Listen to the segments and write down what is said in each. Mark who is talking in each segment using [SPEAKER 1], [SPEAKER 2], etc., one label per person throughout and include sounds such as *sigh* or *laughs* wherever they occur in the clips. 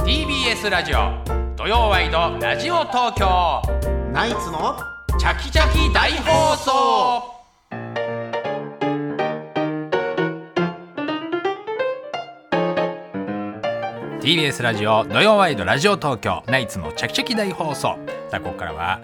[SPEAKER 1] TBS ラジオ土曜ワイドラジオ東京
[SPEAKER 2] ナイツの
[SPEAKER 1] チャキチャキ大放送「TBS ラジオ土曜ワイドラジオ東京ナイツのチャキチャキ大放送」さあここからは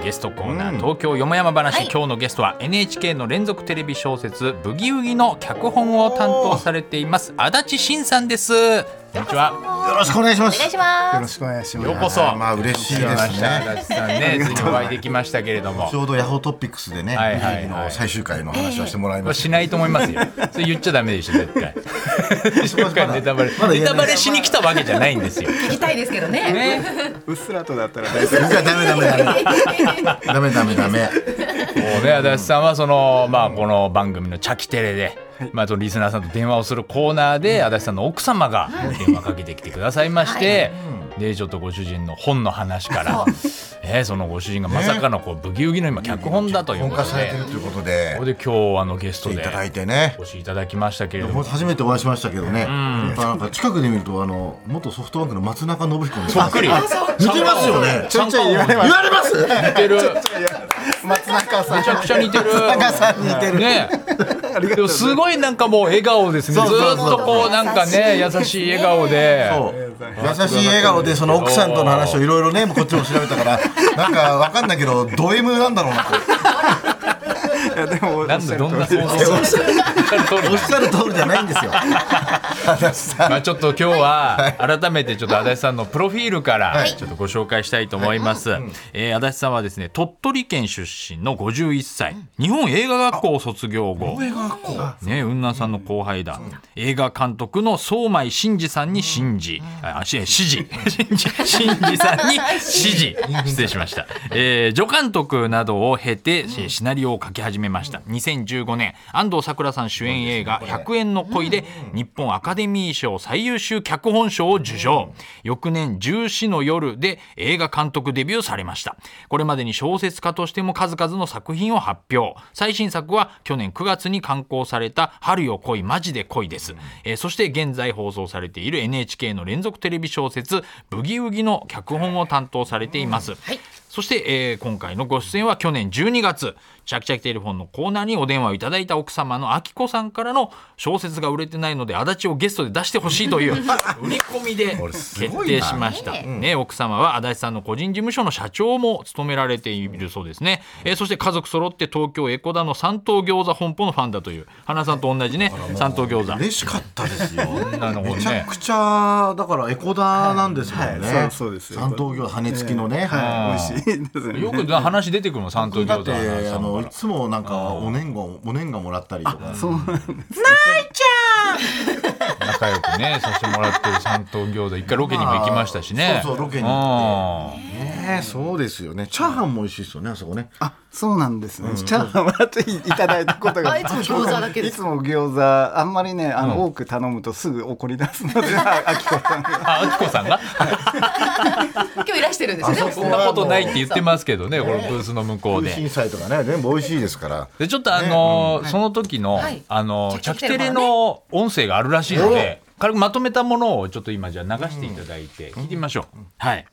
[SPEAKER 1] えゲストコーナー、
[SPEAKER 2] うん
[SPEAKER 1] 東京よもやま話、
[SPEAKER 3] はい
[SPEAKER 1] 今日のゲストは NHK の連続テレビ小説「ブギウギ」の脚本を担当されています足立慎さんですこんにちは
[SPEAKER 2] よろしくお願いしま
[SPEAKER 3] お
[SPEAKER 2] す
[SPEAKER 3] 願いしま
[SPEAKER 4] よろ
[SPEAKER 3] す。
[SPEAKER 4] しくお願いします。
[SPEAKER 1] ようこそ
[SPEAKER 2] あーまあ嬉しい
[SPEAKER 1] 来て
[SPEAKER 2] です
[SPEAKER 1] ました足
[SPEAKER 2] ね
[SPEAKER 1] 立さんねついにお会いできましたけれども
[SPEAKER 2] ちょうどヤホートピックスでね、
[SPEAKER 1] はいはいはい
[SPEAKER 2] ビリビリの最終回の話をしてもらい
[SPEAKER 1] まあ
[SPEAKER 2] まし
[SPEAKER 1] しないと思いますよ。それ言っちゃダメでしょ、絶
[SPEAKER 2] *laughs*
[SPEAKER 1] 対。今回ネタバレ、
[SPEAKER 2] まだ
[SPEAKER 1] ネタバレしに来たわけじゃないんですよ。
[SPEAKER 3] 聞きたいですけどね。
[SPEAKER 1] ね、
[SPEAKER 4] うっすらとだったら大丈
[SPEAKER 2] た。いやダメダメダメダメダメダメ。
[SPEAKER 1] もうね、足立さんはその、まあ、この番組のチャキテレで。まあ、そのリスナーさんと電話をするコーナーで、足立さんの奥様が電話かけてきてくださいまして。で、ちょっとご主人の本の話から。えーそのご主人がまさかのこうブギウギの今脚本だという
[SPEAKER 2] 本
[SPEAKER 1] こ
[SPEAKER 2] 化
[SPEAKER 1] と
[SPEAKER 2] され
[SPEAKER 1] で
[SPEAKER 2] てる。ということ
[SPEAKER 1] こ
[SPEAKER 2] で
[SPEAKER 1] こ、で今日あのゲスト
[SPEAKER 2] 来て
[SPEAKER 1] で
[SPEAKER 2] いただいてね
[SPEAKER 1] お。越しいただきましたけれど
[SPEAKER 2] も
[SPEAKER 1] も
[SPEAKER 2] う。初めてお会いしましたけどね。やっぱなんか近くで見るとあの元ソフトバンクの松中信彦にそっ
[SPEAKER 1] くり
[SPEAKER 2] 似てますよね。
[SPEAKER 4] ちょいちょい言われます
[SPEAKER 2] 言われます。
[SPEAKER 1] 似てる。め
[SPEAKER 4] 夫。松中さん。め
[SPEAKER 1] ちゃくちゃ似てる。
[SPEAKER 2] *laughs*
[SPEAKER 4] さん似てる。
[SPEAKER 1] ねえでもすごいなんかもう笑顔ですねず
[SPEAKER 2] そうそうそう
[SPEAKER 1] ーっとこうなんかね優しい笑顔で
[SPEAKER 2] そう優しい笑顔でその奥さんとの話をいろい *laughs* ろねこっちも調べたからなんかわかんないけどド M なんだろうなって
[SPEAKER 4] いやで
[SPEAKER 1] *laughs*
[SPEAKER 4] も
[SPEAKER 1] なんだどんな
[SPEAKER 4] そ
[SPEAKER 1] 想
[SPEAKER 4] う。
[SPEAKER 1] 像する
[SPEAKER 2] おっしゃる通りじゃないんですよ。
[SPEAKER 1] まあちょっと今日は改めてちょっと足立さんのプロフィールからちょっとご紹介したいと思います、えー足立さんはですね鳥取県出身の51歳日本映画学校を卒業後ね雲南さんの後輩だ映画監督の相米真二さんに信じあし指示真二真二さんに指示失礼しました、えー助監督などを経てえーシナリオを書き始めました2015年安藤サクラさん主演映画「100円の恋」で日本アカデミー賞最優秀脚本賞を受賞翌年14の夜で映画監督デビューされましたこれまでに小説家としても数々の作品を発表最新作は去年9月に刊行された「春よ恋マジで恋」です、えーそして現在放送されている NHK の連続テレビ小説「ブギウギ」の脚本を担当されています、そして、えー今回のご出演は去年12月チャキチャキテレフォンのコーナーにお電話をいただいた奥様のあきこさんからの小説が売れてないので足立をゲストで出してほしいと
[SPEAKER 2] *laughs*
[SPEAKER 1] いう売り込みで決定しました、ね、奥様は足立さんの個人事務所の社長も務められているそうですね、えーそして家族揃って東京江古田の三島餃子本舗のファンだという花さんと同じね三島餃子
[SPEAKER 2] 嬉しかったですよ。
[SPEAKER 1] なのも
[SPEAKER 2] めちゃ
[SPEAKER 1] ね
[SPEAKER 2] くちゃだからエコダなんですもんね。
[SPEAKER 4] はいはいそうそうですよ
[SPEAKER 2] 三等業羽根付きのね。
[SPEAKER 4] はい。美味しいですね。
[SPEAKER 1] よく話出てくるの三島
[SPEAKER 2] だ
[SPEAKER 1] 餃子
[SPEAKER 2] って
[SPEAKER 1] の花
[SPEAKER 2] あ
[SPEAKER 1] さん
[SPEAKER 2] の
[SPEAKER 1] か
[SPEAKER 2] い
[SPEAKER 1] ら
[SPEAKER 2] つもなんかお年賀お年賀もらったりとか。
[SPEAKER 4] そうなんです。
[SPEAKER 1] 仲良くねさせてもらってる三島餃子一回ロケにも行きましたしね、
[SPEAKER 2] そうそうロケに行
[SPEAKER 1] 行って
[SPEAKER 2] ねえそうですよね。チャーハンも美味しいですよねあそこね。
[SPEAKER 4] あ、そうなんですね。チャー *laughs* ハンはちょっといただいたことが。
[SPEAKER 3] あいつも餃子だけです
[SPEAKER 4] いつも餃子、あんまりね、あの多く頼むとすぐ怒り出すので、ああきこさんが。
[SPEAKER 1] ああきこさんが
[SPEAKER 3] 今日いらしてるんですよね。
[SPEAKER 1] そんなことないって言ってますけどねこのブースの向こうで
[SPEAKER 2] 震災とかね全部美味しいですから。
[SPEAKER 1] でちょっとあのーその時の、
[SPEAKER 3] はい
[SPEAKER 1] あのー
[SPEAKER 3] チ
[SPEAKER 1] チ
[SPEAKER 3] ャ
[SPEAKER 1] ャ
[SPEAKER 3] キ
[SPEAKER 1] キ
[SPEAKER 3] テ
[SPEAKER 1] テ
[SPEAKER 3] レ
[SPEAKER 1] レの音声があるらしいので軽くまとめたものをちょっと今じゃあ流していただいて聞いてみましょう、はい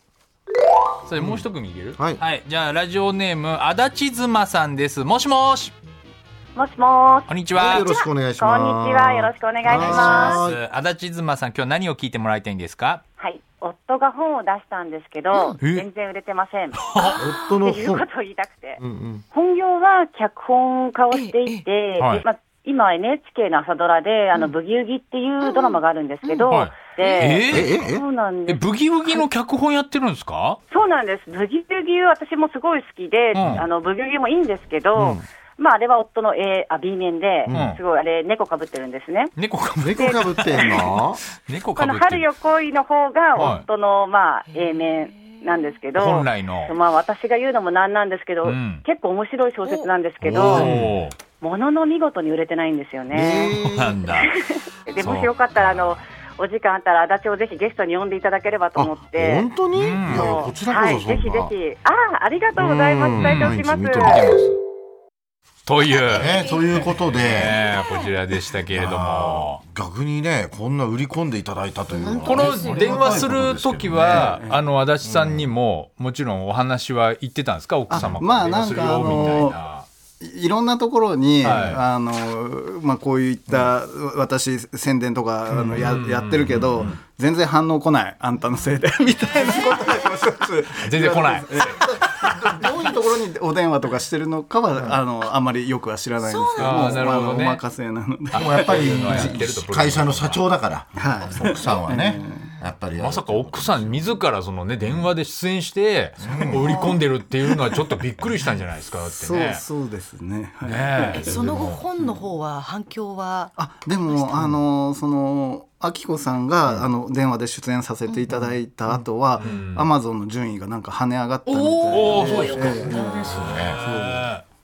[SPEAKER 1] それもう一組いける、
[SPEAKER 2] はい
[SPEAKER 1] じゃあラジオネーム足立妻さんですもしもし
[SPEAKER 5] もしもーし。
[SPEAKER 1] こんにち
[SPEAKER 2] は
[SPEAKER 1] はい
[SPEAKER 2] よろしくお願いし
[SPEAKER 5] こ
[SPEAKER 2] ます。
[SPEAKER 5] んにちは。よろしくお願いします。
[SPEAKER 2] は
[SPEAKER 1] 足立妻さん今日何を聞いてもらいたいんですか
[SPEAKER 5] はい。夫が本を出したんですけど、
[SPEAKER 1] え
[SPEAKER 5] 全然売れてません。っ
[SPEAKER 2] 夫の
[SPEAKER 5] ていう
[SPEAKER 2] 本
[SPEAKER 5] こ。とを言いたくて。
[SPEAKER 2] うんうん
[SPEAKER 5] 本業は脚本家をしていて、で
[SPEAKER 1] はい
[SPEAKER 5] まあ今 NHK の朝ドラで、あの、ブギウギっていうドラマがあるんですけど、
[SPEAKER 1] はい
[SPEAKER 5] で、
[SPEAKER 1] え
[SPEAKER 2] ええ
[SPEAKER 5] そうなん
[SPEAKER 1] え
[SPEAKER 5] です。
[SPEAKER 1] ブギウギの脚本やってるんですか
[SPEAKER 5] そうなんです。ブギウギ私もすごい好きで、
[SPEAKER 1] ん
[SPEAKER 5] あの、ブギウギもいいんですけど、まああれは夫の A、あ、B 面で、
[SPEAKER 1] ん
[SPEAKER 5] すごいあれ、猫かぶってるんですね。
[SPEAKER 1] 猫
[SPEAKER 5] *laughs*
[SPEAKER 1] かぶ
[SPEAKER 2] 猫かぶってんの？
[SPEAKER 1] 猫か
[SPEAKER 5] こ
[SPEAKER 1] ぶ
[SPEAKER 5] の
[SPEAKER 1] って
[SPEAKER 5] 春
[SPEAKER 1] る
[SPEAKER 5] よ恋の方
[SPEAKER 1] はい
[SPEAKER 5] が夫の、まあ、A 面なんですけど、
[SPEAKER 1] 本来の
[SPEAKER 5] まあ、私が言うのもなんなんですけど、
[SPEAKER 1] うん
[SPEAKER 5] 結構面白い小説なんですけど、
[SPEAKER 1] おー
[SPEAKER 5] ものの見事に売れてないんですよね。
[SPEAKER 1] そうなんだ
[SPEAKER 5] で
[SPEAKER 1] そう
[SPEAKER 5] もしよかったら、あの、お時間あったら、足立をぜひゲストに呼んでいただければ *laughs* と思って。
[SPEAKER 2] 本当に？いやいや
[SPEAKER 5] も
[SPEAKER 2] こ
[SPEAKER 5] う
[SPEAKER 2] ちら
[SPEAKER 5] は
[SPEAKER 2] こ
[SPEAKER 5] い、
[SPEAKER 2] そそんな。
[SPEAKER 5] ぜひぜひ。ああ、ありがとうございます。期待しておきます。
[SPEAKER 2] 毎日見てます
[SPEAKER 1] という、
[SPEAKER 2] ね、ということで、
[SPEAKER 1] えーこちらでしたけれども。
[SPEAKER 2] 逆にねこんな売り込んでいただいたというのは
[SPEAKER 1] この電話するときは、あの足立さんにも、もちろんお話は言ってたんですか、奥様
[SPEAKER 4] あまあ
[SPEAKER 1] 電話するよ
[SPEAKER 4] なんかあの
[SPEAKER 1] みたいな。
[SPEAKER 4] いろんなところに、
[SPEAKER 1] はい
[SPEAKER 4] あのまあ、こういった私宣伝とかあのや,、やってるけど、全然反応来ないあんたのせいでみたいなことでも一つ
[SPEAKER 1] 全然来ない
[SPEAKER 4] ええどういうところにお電話とかしてるのかは、あのあまりよくは知らないんですけど
[SPEAKER 1] そ
[SPEAKER 4] も
[SPEAKER 1] うなんだあーなるほどね
[SPEAKER 4] まあお任せなので。
[SPEAKER 2] でもやっぱり
[SPEAKER 1] 知ってると
[SPEAKER 2] 会社の社長だから、
[SPEAKER 4] は
[SPEAKER 2] 奥さんはね、やっぱり
[SPEAKER 1] まさか奥さん自らそのね電話で出演して売り込んでるっていうのはちょっとびっくりしたんじゃないですかだって
[SPEAKER 4] そう
[SPEAKER 1] ね。
[SPEAKER 4] そうですね、はい
[SPEAKER 1] ねえ
[SPEAKER 3] えその後本の方は反響は
[SPEAKER 4] あでもあのそのあきこさんが、あの電話で出演させていただいた後は、アマゾンの順位がなんか跳ね上がったみたい
[SPEAKER 1] お
[SPEAKER 4] で
[SPEAKER 1] おそうですね。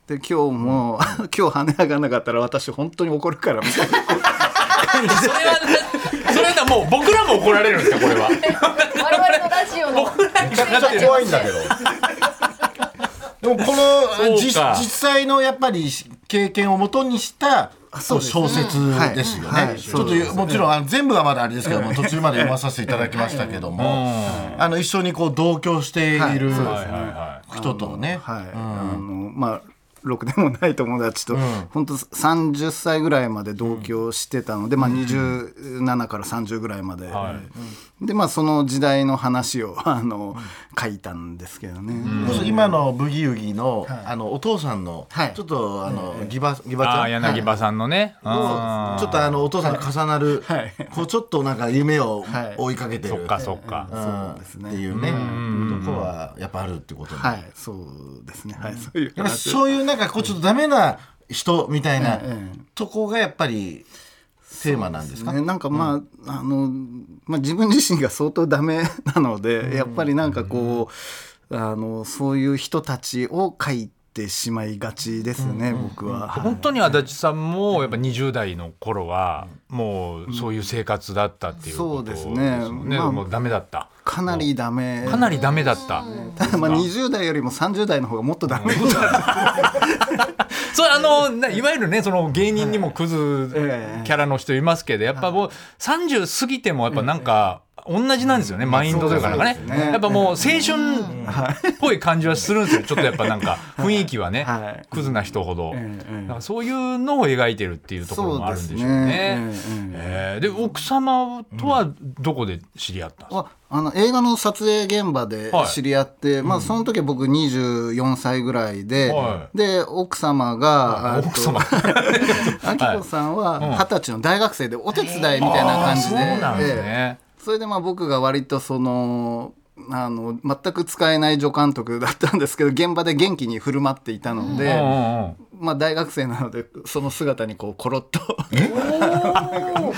[SPEAKER 4] で今日も *laughs* 今日跳ね上がらなかったら私本当に怒るからみたいな
[SPEAKER 1] それはそれはもう僕らも怒られるんですかこれは。
[SPEAKER 3] 我々のラジオの
[SPEAKER 2] めちゃくちゃ怖いんだけど。でもこの
[SPEAKER 1] そう
[SPEAKER 2] 実
[SPEAKER 1] か
[SPEAKER 2] 実際のやっぱり経験をもとにした
[SPEAKER 4] そうです
[SPEAKER 2] 小説ですよ
[SPEAKER 4] はいは
[SPEAKER 2] ね。
[SPEAKER 4] い
[SPEAKER 2] ちょっともちろんあの全部はまだあれですけども途中まで読まさせていただきましたけども、あの一緒にこう同居している
[SPEAKER 4] はいそ
[SPEAKER 1] は
[SPEAKER 4] う
[SPEAKER 1] いはいはい。
[SPEAKER 2] 人とね。
[SPEAKER 4] はい、あのまあろくでもない友達と、本当30歳ぐらいまで同居してたので、まあ、27から30ぐらいまで、
[SPEAKER 1] は
[SPEAKER 4] でまあその時代の話を *laughs* あの書いたんですけどね、
[SPEAKER 2] 今のブギウギのあのお父さんの
[SPEAKER 4] はい
[SPEAKER 2] ちょっとあのギバギバち
[SPEAKER 1] あ
[SPEAKER 2] ゃ
[SPEAKER 1] あ
[SPEAKER 2] ん。
[SPEAKER 1] 柳葉さんのね。あー
[SPEAKER 2] ちょっとあのお父さんと重なる、
[SPEAKER 4] はい
[SPEAKER 2] こうちょっとなんか夢を
[SPEAKER 4] はい
[SPEAKER 2] 追いかけてる、
[SPEAKER 1] そっかそっか。
[SPEAKER 2] そうですね。っていうね、とこはやっぱあるってことね
[SPEAKER 4] はい、そうですね。はい、そういう
[SPEAKER 2] やっぱ
[SPEAKER 4] 話。
[SPEAKER 2] そういうなんかこうちょっとダメな人みたいな
[SPEAKER 4] ええ
[SPEAKER 2] とこがやっぱりテーマなんですか。
[SPEAKER 4] ね、なんかまあ、あの、まあ、自分自身が相当ダメなので、やっぱりなんかこう。あの、そういう人たちを書いてしまいがちですね、僕は。はい
[SPEAKER 1] 本当に足立さんもやっぱ20代の頃はもうそういう生活だったっていうこと
[SPEAKER 4] そうですね
[SPEAKER 1] ですもんね
[SPEAKER 4] まあ
[SPEAKER 1] もうダメだった。
[SPEAKER 4] かなりダメ。
[SPEAKER 1] かなりダメだった。
[SPEAKER 4] まあ、20代よりも30代の方がもっとダメ
[SPEAKER 1] そうあのないわゆるねその芸人にもクズ
[SPEAKER 4] ええ
[SPEAKER 1] キャラの人いますけどやっぱもう30過ぎてもやっぱなんか同じなんですよねマインドというかなんかね
[SPEAKER 4] そうですね
[SPEAKER 1] やっぱもう青春っぽい感じはするんですよちょっとやっぱなんか雰囲気はね
[SPEAKER 4] はい
[SPEAKER 1] クズな人ほど
[SPEAKER 4] ええええ
[SPEAKER 1] なんかそういうのを描いてるっていうところもあるんでしょう
[SPEAKER 4] そう
[SPEAKER 1] ね
[SPEAKER 4] ですね。
[SPEAKER 1] ええで奥様とはどこで知り合ったんですか
[SPEAKER 4] *laughs* ああの映画の撮影現場で
[SPEAKER 1] はい
[SPEAKER 4] 知り合って、まあ、その時は僕24歳ぐらいで、
[SPEAKER 1] は
[SPEAKER 4] で奥様が、あと
[SPEAKER 1] 奥様
[SPEAKER 4] あきこさんは
[SPEAKER 1] ん
[SPEAKER 4] 二十歳の大学生でお手伝いみたいな感じで,
[SPEAKER 1] あーそうなんです
[SPEAKER 4] ええ
[SPEAKER 1] ね
[SPEAKER 4] それでまあ僕が割とそのあの全く使えない助監督だったんですけど現場で元気に振る舞っていたの
[SPEAKER 1] うんう
[SPEAKER 4] で、
[SPEAKER 1] んうん
[SPEAKER 4] まあ、大学生なのでその姿にこうコロッと *laughs*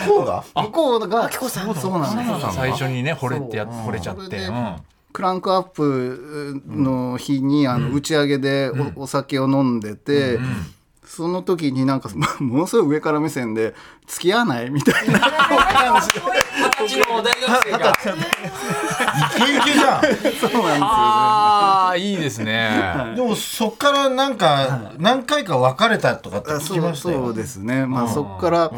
[SPEAKER 2] こうが
[SPEAKER 4] 向こうが
[SPEAKER 3] あきこさん
[SPEAKER 4] そうなんです
[SPEAKER 1] 最初にね惚れてや惚れちゃっ
[SPEAKER 4] そ
[SPEAKER 1] て
[SPEAKER 4] れで
[SPEAKER 1] うん
[SPEAKER 4] クランクアップの日にあの打ち上げでお,、酒を飲んでて、その時になんかまものすごい上から目線で「付き合わない?」みたいな
[SPEAKER 1] うちの大学生が
[SPEAKER 2] イケイケじゃ *laughs* ん。
[SPEAKER 4] そうなん
[SPEAKER 1] ああいいですね。
[SPEAKER 2] でもそっからなんか何回か別れたとかって
[SPEAKER 4] です
[SPEAKER 2] 聞
[SPEAKER 4] よ
[SPEAKER 2] き
[SPEAKER 4] ね。
[SPEAKER 2] ま
[SPEAKER 4] あ
[SPEAKER 2] した
[SPEAKER 4] そう
[SPEAKER 2] よ。
[SPEAKER 4] そうですね、まあ、そこから、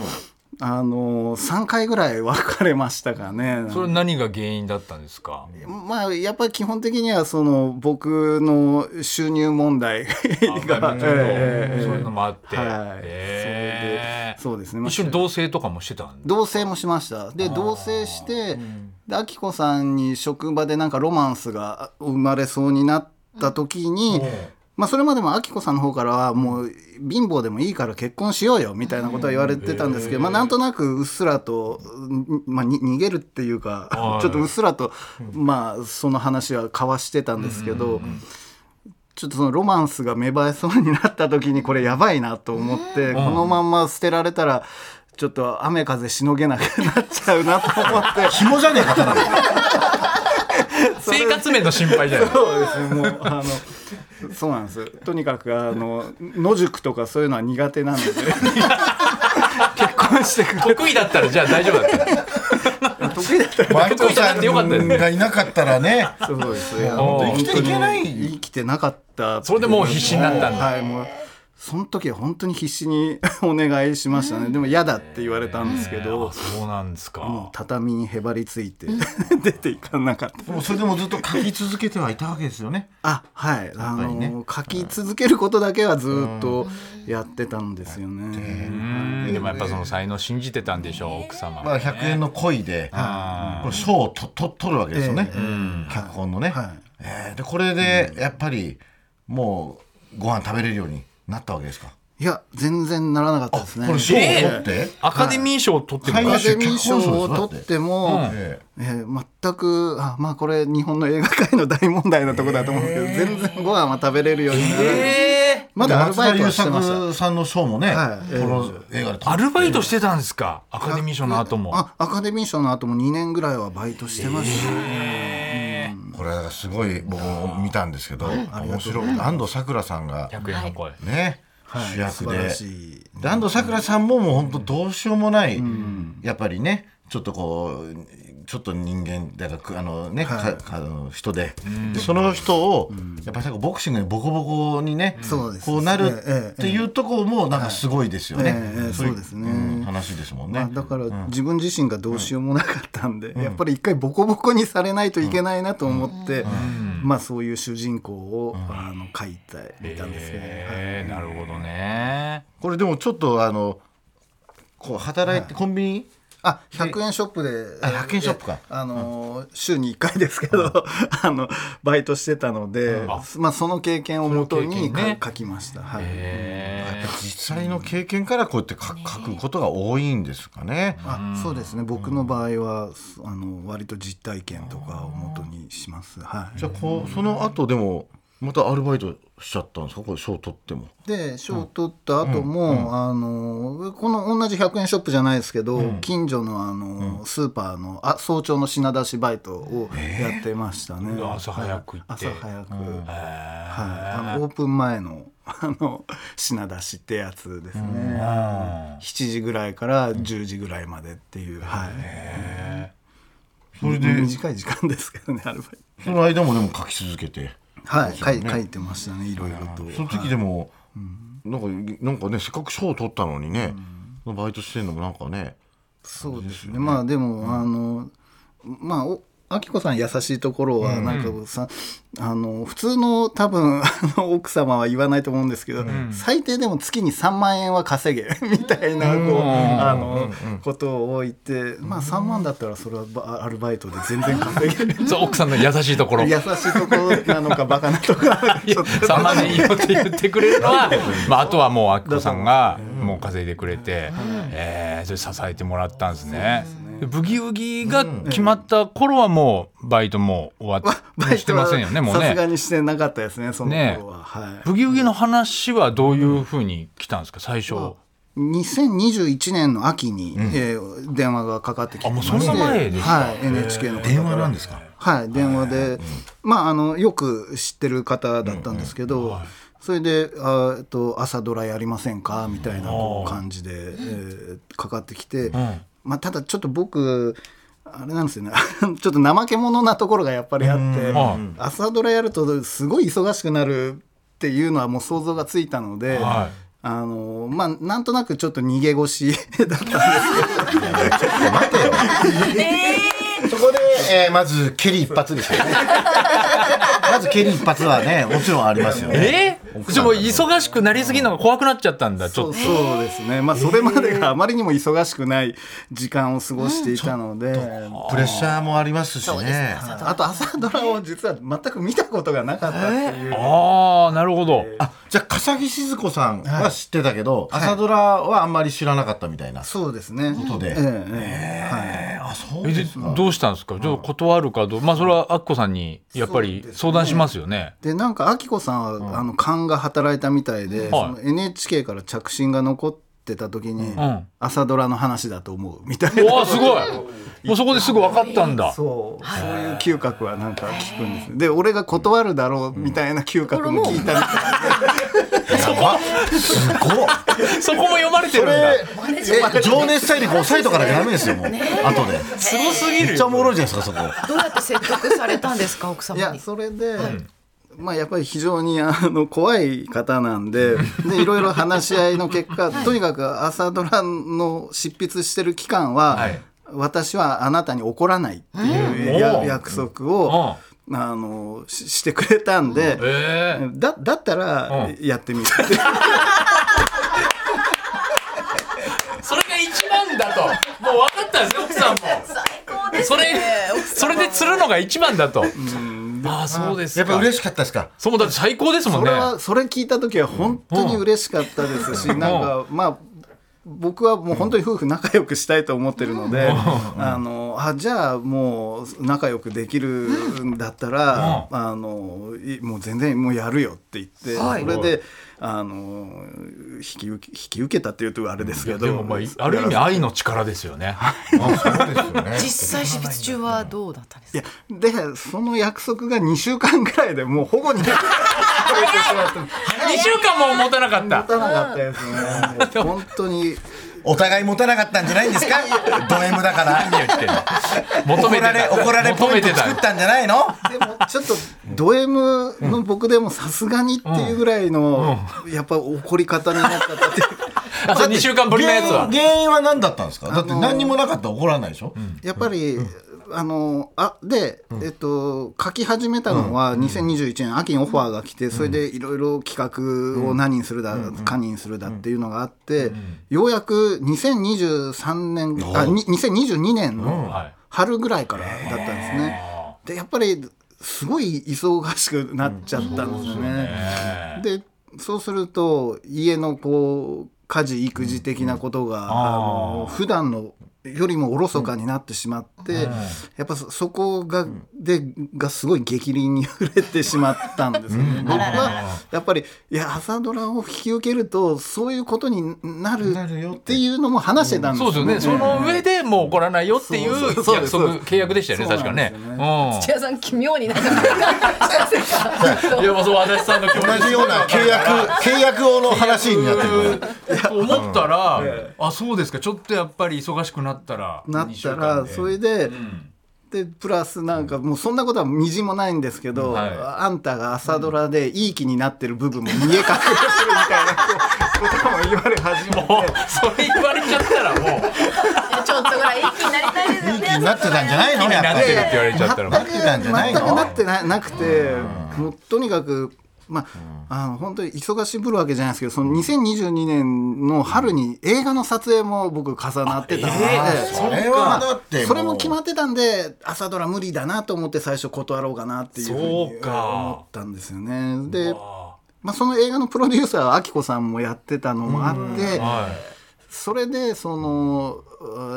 [SPEAKER 4] あの3回ぐらい別れましたかね。
[SPEAKER 1] それ何が原因だったんですか。
[SPEAKER 4] まあやっぱり基本的にはその僕の収入問題が、
[SPEAKER 1] あ
[SPEAKER 4] ええ
[SPEAKER 1] そういうのもあって。
[SPEAKER 4] はい
[SPEAKER 1] ええ
[SPEAKER 4] そうですねまあ
[SPEAKER 1] 一緒に同棲とかもしてたんで。
[SPEAKER 4] 同棲もしましたで同棲してでアキコさんに職場でなんかロマンスが生まれそうになった時に、まあ、それまでもアキコさんの方からはもう貧乏でもいいから結婚しようよみたいなことは言われてたんですけど、まあ、なんとなくうっすらと、んまあ、に逃げるっていう
[SPEAKER 1] は
[SPEAKER 4] か
[SPEAKER 1] い
[SPEAKER 4] ちょっとうっすらと、まあ、その話は交わしてたんですけど。ちょっとそのロマンスが芽生えそうになった時にこれやばいなと思って、このまんま捨てられたらちょっと雨風しのげなくなっちゃうなと思って *laughs*
[SPEAKER 2] 紐じゃねえかた *laughs* だの。
[SPEAKER 1] 生活面の心配じゃない。
[SPEAKER 4] そうですねもうあのそうなんですとにかくあの野宿とかそういうのは苦手な *laughs* ので結婚してくれ
[SPEAKER 1] 得意だったらじゃあ大丈夫
[SPEAKER 4] *laughs*
[SPEAKER 1] だった。
[SPEAKER 4] 得意だったら
[SPEAKER 2] マイ
[SPEAKER 1] 得意じゃなくてよかったですね
[SPEAKER 2] がいなかったらね。
[SPEAKER 4] そうですね
[SPEAKER 1] 本当
[SPEAKER 2] 生きていけない
[SPEAKER 4] 生きてなかった
[SPEAKER 1] それでもう必死になったんだ
[SPEAKER 4] はいもうその時は本当に必死に *laughs* お願いしましたね、でも嫌だって言われたんですけど、
[SPEAKER 1] あそうなんです
[SPEAKER 4] もう
[SPEAKER 1] か。
[SPEAKER 4] 畳にへばりついて *laughs* 出ていかなかった
[SPEAKER 2] でもそれでもずっと書き続けてはいたわけですよね。
[SPEAKER 4] あはいあ
[SPEAKER 2] ぱり
[SPEAKER 4] の、
[SPEAKER 2] ね
[SPEAKER 4] 書き続けることだけはずっとやってたんですよね、
[SPEAKER 1] うんでもやっぱその才能信じてたんでしょう奥様
[SPEAKER 2] ま
[SPEAKER 1] は
[SPEAKER 2] あ、
[SPEAKER 1] ね。
[SPEAKER 2] 100円の恋で、
[SPEAKER 1] あ
[SPEAKER 2] これ賞をとと取るわけですよね、脚本のね、
[SPEAKER 4] はい
[SPEAKER 2] えーでこれでやっぱりもうご飯食べれるようになったわけですか、
[SPEAKER 4] いや全然ならなかったですね
[SPEAKER 2] これ賞を取って、
[SPEAKER 1] アカデミー賞を取ってるか
[SPEAKER 4] ア
[SPEAKER 1] ら
[SPEAKER 2] は
[SPEAKER 4] カ
[SPEAKER 2] い
[SPEAKER 4] デミー賞を取っても、
[SPEAKER 2] え
[SPEAKER 4] えー全くあまあこれ日本の映画界の大問題なとこだと思うんですけど、全然ご飯は食べれるようにならない、
[SPEAKER 1] え
[SPEAKER 2] ー
[SPEAKER 4] まだアルバイトはしてま
[SPEAKER 2] 松田
[SPEAKER 4] した
[SPEAKER 2] 優作さんの賞もね、
[SPEAKER 4] はい
[SPEAKER 2] この映画で取って
[SPEAKER 1] ー、アルバイトしてたんですかアカデミー賞の後も。
[SPEAKER 4] あアカデミー賞の後も2年ぐらいはバイトしてました、
[SPEAKER 2] これがすごい僕も見たんですけど面白い安藤サクラさんが
[SPEAKER 1] 100円の声。
[SPEAKER 2] ね、主役
[SPEAKER 4] 素晴
[SPEAKER 2] で
[SPEAKER 4] らしい
[SPEAKER 2] で安藤サクラさんももう本当どうしようもない、やっぱりねちょっとこうちょっと人間だからくあのね、かかあの人で,、でその人を、やっぱり最後ボクシングにボコボコにね、
[SPEAKER 4] そうですね
[SPEAKER 2] こうなるっ
[SPEAKER 4] ええ
[SPEAKER 2] ていうところもなんかすごいですよね、
[SPEAKER 4] ええええ
[SPEAKER 2] い
[SPEAKER 4] そうですね
[SPEAKER 2] ん話ですもんね。
[SPEAKER 4] まあ、だから自分自身がどうしようもなかったんで、やっぱり一回ボコボコにされないといけないなと思って、まあ、そういう主人公を、あの書いてみたんですね。
[SPEAKER 1] えー、なるほどね。
[SPEAKER 2] これでもちょっとあのこう働いて、コンビニ
[SPEAKER 4] あ100円ショップで
[SPEAKER 2] あ100円ショップか
[SPEAKER 4] えあのー週に1回ですけど、 *laughs* あのバイトしてたので、まあ、その経験をもと
[SPEAKER 1] その経験
[SPEAKER 4] にか、
[SPEAKER 1] ね
[SPEAKER 4] 書きました、はい
[SPEAKER 1] え
[SPEAKER 2] 実際の経験からこうやって書書くことが多いんですかね。
[SPEAKER 4] あそうですね僕の場合はあの割と実体験とかをもとにします、はい、
[SPEAKER 2] じゃあこうその後でもまたアルバイトしちゃったんですかこれ賞取っても。
[SPEAKER 4] で賞を取った後も、あのこの同じ100円ショップじゃないですけど、近所のあの、スーパーのあ早朝の品出しバイトをやってましたね、
[SPEAKER 1] ー朝早く行って
[SPEAKER 4] はい朝早く、
[SPEAKER 1] ー
[SPEAKER 4] はい
[SPEAKER 1] え
[SPEAKER 4] あのオープン前の *laughs* あの品出しってやつですね、7時ぐらいから10時ぐらいまでっていう、はい、
[SPEAKER 2] それで
[SPEAKER 4] 短い時間ですけどねアルバイト
[SPEAKER 2] その間もでも書き続けて。
[SPEAKER 4] はい、書い書いてましたねいろいろと
[SPEAKER 2] その時でも、なんかなんかねせっかく賞を取ったのにね、バイトしてんのもなんかね。
[SPEAKER 4] そうですね。まあでも、あのまあおあきこさん優しいところはなんかさ、あの普通の多分あ *laughs* の奥様は言わないと思うんですけど、最低でも月に3万円は稼げ *laughs* みたいなこう、あの、ことを置いて、まあ3万だったらそれはばアルバイトで全然稼げる。
[SPEAKER 1] ー、そう奥さんの優しいところ。
[SPEAKER 4] 優しいところなのかバカなところなのかちょっと
[SPEAKER 1] 3万円いいよって言ってくれるのは、まあ、あとはもうあきこさんがもう稼いでくれて、えー、それ支えてもらったんですね。ブギウギが決まった頃はもうバイトもう終わっ
[SPEAKER 4] バ
[SPEAKER 1] て
[SPEAKER 4] イ
[SPEAKER 1] して
[SPEAKER 4] ト
[SPEAKER 1] ま
[SPEAKER 4] は
[SPEAKER 1] せんよねもう
[SPEAKER 4] さすが
[SPEAKER 1] ね。
[SPEAKER 4] にしてなかったですねその
[SPEAKER 1] ね
[SPEAKER 4] 頃は、はい。
[SPEAKER 1] ブギウギの話はどういうふうに来たんですか最初。
[SPEAKER 4] 2021年の秋に、えー電話がかかってきて
[SPEAKER 1] あも
[SPEAKER 4] ま
[SPEAKER 1] うそんな前ですか
[SPEAKER 4] はい、NHK の電話なんですかはい電話で、まああのよく知ってる方だったんですけど、それであーえっと「朝ドラやりませんか?」みたいなこう感じで、えーかかってきて、まあ、ただちょっと僕あれなんですよね *laughs* ちょっと怠け者なところがやっぱりあって、
[SPEAKER 1] はい
[SPEAKER 4] 朝ドラやるとすごい忙しくなるっていうのはもう想像がついたので、
[SPEAKER 1] はい
[SPEAKER 4] あのまあなんとなくちょっと逃げ腰だったんです
[SPEAKER 2] そこで、えーまず蹴り一発ですよね。 *laughs* まず蹴り一発はねもちろんありますよね。
[SPEAKER 1] えー、ちょもう忙しくなりすぎるのが怖くなっちゃったんだち
[SPEAKER 4] そ
[SPEAKER 1] ょっ
[SPEAKER 4] う
[SPEAKER 1] と。
[SPEAKER 4] そうですね、まあ、それまでがあまりにも忙しくない時間を過ごしていたので、
[SPEAKER 2] プレッシャーもありますしね。
[SPEAKER 4] あと朝ドラを実は全く見たことがなかったっていう、
[SPEAKER 1] ああなるほど。
[SPEAKER 2] あじゃあ笠木静子さんは知ってたけど、朝ドラはあんまり知らなかったみたいな。
[SPEAKER 4] そうですね
[SPEAKER 2] ことで
[SPEAKER 4] ええええはい
[SPEAKER 2] あそう
[SPEAKER 1] え
[SPEAKER 2] で
[SPEAKER 1] です
[SPEAKER 2] か。
[SPEAKER 1] どうしたんですかちょっと断るかどうまあそれはあきこさんにやっぱり相談しますよね。
[SPEAKER 4] でなんかあきこさんは、あの勘が働いたみたいで、その NHK から着信が残ってた時に、
[SPEAKER 1] ん
[SPEAKER 4] 朝ドラの話だと思うみたいな
[SPEAKER 1] おおすごいもうそこですぐ分かったんだ。
[SPEAKER 4] そう、そういう嗅覚はなんか聞くんですね。で、俺が断るだろうみたいな嗅覚も聞いたみたい
[SPEAKER 2] すごい。
[SPEAKER 1] *laughs* そこも読まれてるんだ。
[SPEAKER 2] え情熱大陸抑えとかなきゃダメですよもう。後で。
[SPEAKER 1] すごすぎ
[SPEAKER 2] めっ
[SPEAKER 1] る
[SPEAKER 2] ちゃ
[SPEAKER 1] よ
[SPEAKER 2] おもろいじゃないですかそこ。
[SPEAKER 3] どうやって説得されたんですか奥様
[SPEAKER 4] な。いや、
[SPEAKER 3] に。
[SPEAKER 4] それで、まあ、やっぱり非常にあの怖い方なんで *laughs* でいろいろ話し合いの結果、とにかく朝ドラの執筆してる期間は、
[SPEAKER 1] はい
[SPEAKER 4] 私はあなたに怒らないっていう
[SPEAKER 1] う
[SPEAKER 4] や
[SPEAKER 1] ん
[SPEAKER 4] 約束を、あのししてくれたんで、
[SPEAKER 1] ええ
[SPEAKER 4] だだったら
[SPEAKER 1] う
[SPEAKER 4] やってみる、
[SPEAKER 1] それが一番だともう分かったんですよ奥さんも
[SPEAKER 3] 最高です
[SPEAKER 1] そ
[SPEAKER 3] ね
[SPEAKER 1] れそれで釣るのが一番だとああそうです
[SPEAKER 2] やっ
[SPEAKER 1] か
[SPEAKER 2] ぱ嬉しかったですか
[SPEAKER 1] そうだって最高ですもん
[SPEAKER 4] そ
[SPEAKER 1] ね
[SPEAKER 4] れはそれ聞いた時は本当に嬉しかったですし、なんかまあ僕はもう本当に夫婦仲良くしたいと思ってるので、あのあじゃあもう仲良くできるんだったら、あのいもう全然もうやるよって言って、
[SPEAKER 3] はい
[SPEAKER 4] それであの引き受け引き受けたっていうとあれですけど、
[SPEAKER 1] でもまあある意味愛の力ですよ
[SPEAKER 2] *laughs*
[SPEAKER 1] ね
[SPEAKER 3] 実際執筆中はどうだったんです
[SPEAKER 4] い
[SPEAKER 3] か
[SPEAKER 4] やでその約束が2週間ぐらいでもう保
[SPEAKER 3] *laughs*
[SPEAKER 4] 護に持
[SPEAKER 1] 2週間も持たなか *laughs* った
[SPEAKER 4] たなかったです
[SPEAKER 1] *laughs*
[SPEAKER 4] ね。もう本当に
[SPEAKER 2] お互い持たなかったんじゃないんです *laughs* かド M だから
[SPEAKER 1] 言って
[SPEAKER 2] *laughs*
[SPEAKER 1] んの求めて
[SPEAKER 2] 怒
[SPEAKER 1] た
[SPEAKER 2] られ怒られポイント作ったんじゃないの
[SPEAKER 4] でもちょっとド M の僕でもさすがにっていうぐらいのやっぱ怒り方になったって
[SPEAKER 1] あそれ2週間ぶりのやつは
[SPEAKER 2] 原因原因は何だったんですかだって何にもなかったら怒らないでしょ、
[SPEAKER 4] *laughs* やっぱりあのあでえっと書き始めたのは2021年秋にオファーが来てそれでいろいろ企画を何にするだかにするだっていうのがあってようやく2023年あに2022年の
[SPEAKER 1] はい
[SPEAKER 4] 春ぐらいからだったんですね。でやっぱりすごい忙しくなっちゃったんですね。でそうすると家のこう家事育児的なことが、あの普段のよりもおろそかになってしまって、やっぱそそこがでがすごい激凛に触れてしまったんですよね。僕はやっぱりいや朝ドラを引き受けるとそういうことになる
[SPEAKER 2] なるよって
[SPEAKER 4] っていうのも話してたんです
[SPEAKER 1] そうですよねその上でもう怒らないよっていう約束契約でしたよね確かね
[SPEAKER 3] 土屋さん奇妙になっちゃった
[SPEAKER 1] うんいやまあそう足立さんの気持ち
[SPEAKER 2] 同じような契約契約をの話になって *laughs* くる
[SPEAKER 1] と思ったら、あそうですかちょっとやっぱり忙しくなったら
[SPEAKER 4] なっ
[SPEAKER 1] 二週
[SPEAKER 4] た
[SPEAKER 1] 間
[SPEAKER 4] ら
[SPEAKER 1] で
[SPEAKER 4] それで、でプラスなんかもうそんなことはみじもないんですけど、
[SPEAKER 1] はい
[SPEAKER 4] あんたが朝ドラでいい気になってる部分も見え隠れしてるみたいなことも言われ始めて
[SPEAKER 1] もうそれ言われちゃったらもう
[SPEAKER 3] ちょっとぐらい一気になりたいですよ
[SPEAKER 2] いい
[SPEAKER 3] ね
[SPEAKER 2] 気になってたんじゃないのやっ
[SPEAKER 1] な
[SPEAKER 2] ぱ
[SPEAKER 1] って
[SPEAKER 2] り
[SPEAKER 1] るって言われちゃったらも
[SPEAKER 2] なっ
[SPEAKER 1] う
[SPEAKER 2] てたんじゃない
[SPEAKER 4] 全くな
[SPEAKER 2] の
[SPEAKER 4] ってななくてもうとにかくまああの本当に忙しぶるわけじゃないですけどその2022年の春に映画の撮影も僕重なってたので。
[SPEAKER 2] それはだってもう
[SPEAKER 4] それも決まってたんで朝ドラ無理だなと思って最初断ろうかなっていうふうに
[SPEAKER 1] そうか
[SPEAKER 4] 思ったんですよね。で、まあ、その映画のプロデューサーはあきこさんもやってたのもあって
[SPEAKER 1] は
[SPEAKER 4] それでその、